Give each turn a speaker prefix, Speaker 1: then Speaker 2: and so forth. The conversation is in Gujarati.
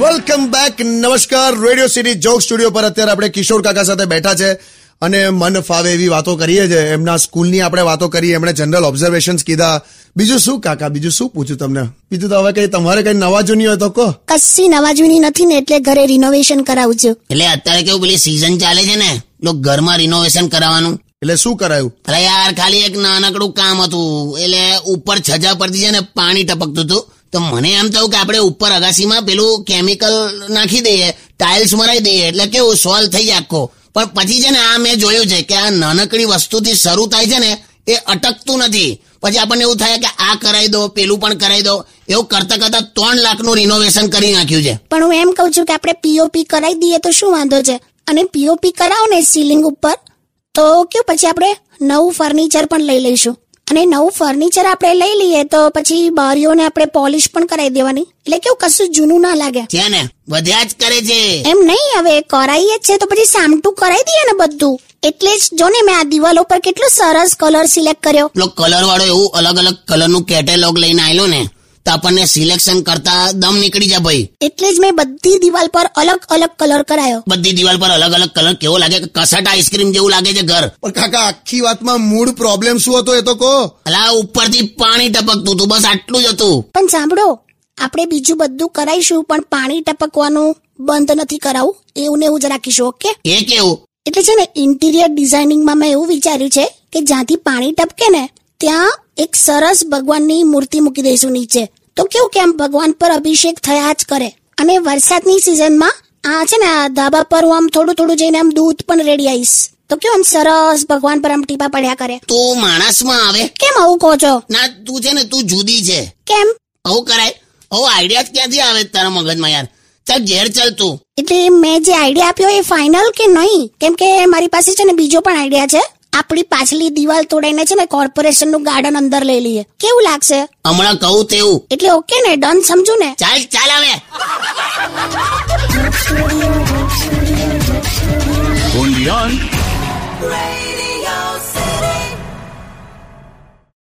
Speaker 1: વેલકમ બેક નમસ્કાર રેડિયો સિટી જોક સ્ટુડિયો પર અત્યારે આપણે કિશોર કાકા સાથે બેઠા છે અને મન ફાવે એવી વાતો કરીએ છે એમના સ્કૂલની આપણે વાતો કરી એમણે જનરલ ઓબ્ઝર્વેશન્સ કીધા બીજું શું કાકા બીજું શું પૂછું તમને બીજું તો હવે કઈ તમારે કઈ નવા જૂની હોય તો કહો
Speaker 2: કશી નવાજૂની નથી ને એટલે ઘરે રિનોવેશન કરાવજો
Speaker 3: એટલે અત્યારે કેવું પેલી સીઝન ચાલે છે ને તો ઘરમાં રિનોવેશન કરાવવાનું
Speaker 1: એટલે શું કરાયું
Speaker 3: અરે યાર ખાલી એક નાનકડું કામ હતું એટલે ઉપર છજા પરથી છે ને પાણી ટપકતું હતું તો મને એમ થયું કે આપણે ઉપર અગાસીમાં પેલું કેમિકલ નાખી દઈએ ટાઇલ્સ મરાઈ દઈએ એટલે કેવું સોલ્વ થઈ જાય આખો પણ પછી છે ને આ મેં જોયું છે કે આ નાનકડી વસ્તુથી શરૂ થાય છે ને એ અટકતું નથી પછી આપણને એવું થાય કે આ કરાવી દો પેલું પણ કરાવી દો એવું કરતા કરતા ત્રણ લાખનું રિનોવેશન કરી નાખ્યું છે
Speaker 2: પણ હું એમ કહું છું કે આપણે પીઓપી કરાવી દઈએ તો શું વાંધો છે અને પીઓપી કરાવો ને સીલિંગ ઉપર તો કેવું પછી આપણે નવું ફર્નિચર પણ લઈ લઈશું અને નવું ફર્નિચર આપણે લઈ લઈએ તો પછી બારીઓને આપણે પોલિશ પણ કરાવી દેવાની એટલે કેવું કશું જૂનું ના લાગે
Speaker 3: છે ને વધ્યા જ કરે છે
Speaker 2: એમ નહીં હવે કરાઈએ જ છે તો પછી સામટું કરાવી દઈએ ને બધું એટલે જ જો ને મેં આ દિવાલો પર કેટલો સરસ કલર સિલેક્ટ કર્યો
Speaker 3: પેલો કલર વાળો એવું અલગ અલગ કલરનું કેટલોગ લઈને આવેલો ને તો આપણને સિલેક્શન કરતા દમ નીકળી જાય ભાઈ
Speaker 2: એટલે જ મેં બધી દિવાલ પર અલગ અલગ કલર કરાયો
Speaker 3: બધી દિવાલ પર અલગ અલગ કલર કેવો લાગે કે કસાટા આઈસ્ક્રીમ જેવું લાગે છે ઘર
Speaker 1: પણ કાકા આખી વાતમાં મૂળ પ્રોબ્લેમ શું હતો એ તો કહો
Speaker 3: અલા ઉપરથી પાણી ટપકતું હતું બસ આટલું જ હતું
Speaker 2: પણ સાંભળો આપણે બીજું બધું કરાઈશું પણ પાણી ટપકવાનું બંધ નથી કરાવું એવું ને એવું જ રાખીશું ઓકે
Speaker 3: એ કેવું
Speaker 2: એટલે છે ને ઇન્ટિરિયર ડિઝાઇનિંગમાં મેં એવું વિચાર્યું છે કે જ્યાંથી પાણી ટપકે ને ત્યાં એક સરસ ભગવાનની મૂર્તિ મૂકી દઈશું નીચે તો કેવું કેમ ભગવાન પર અભિષેક થયા જ કરે અને વરસાદની સિઝનમાં આ છે ને આ ધાબા પર હું આમ થોડું થોડું જઈને આમ દૂધ પણ રેડી આવીશ તો કેવું આમ સરસ ભગવાન પર આમ ટીપા પડ્યા કરે
Speaker 3: તું માણસમાં આવે
Speaker 2: કેમ આવું કહો છો
Speaker 3: ના તું છે ને તું જુદી છે
Speaker 2: કેમ
Speaker 3: આવું કરાય આવો આઈડિયા જ ક્યાંથી આવે તારા મગજમાં યાર ચાલ ઘેર ચાલ તું
Speaker 2: એટલે મેં જે આઈડિયા આપ્યો એ ફાઇનલ કે નહીં કેમ કે મારી પાસે છે ને બીજો પણ આઈડિયા છે આપણી પાછલી દિવાલ તોડાઈને છે ને કોર્પોરેશન નું ગાર્ડન અંદર લઈ લઈએ કેવું લાગશે
Speaker 3: હમણાં કહું તેવું
Speaker 2: એટલે ઓકે ને ડન સમજુ ને
Speaker 3: ચાલ ચાલ આવે
Speaker 4: only on
Speaker 5: Radio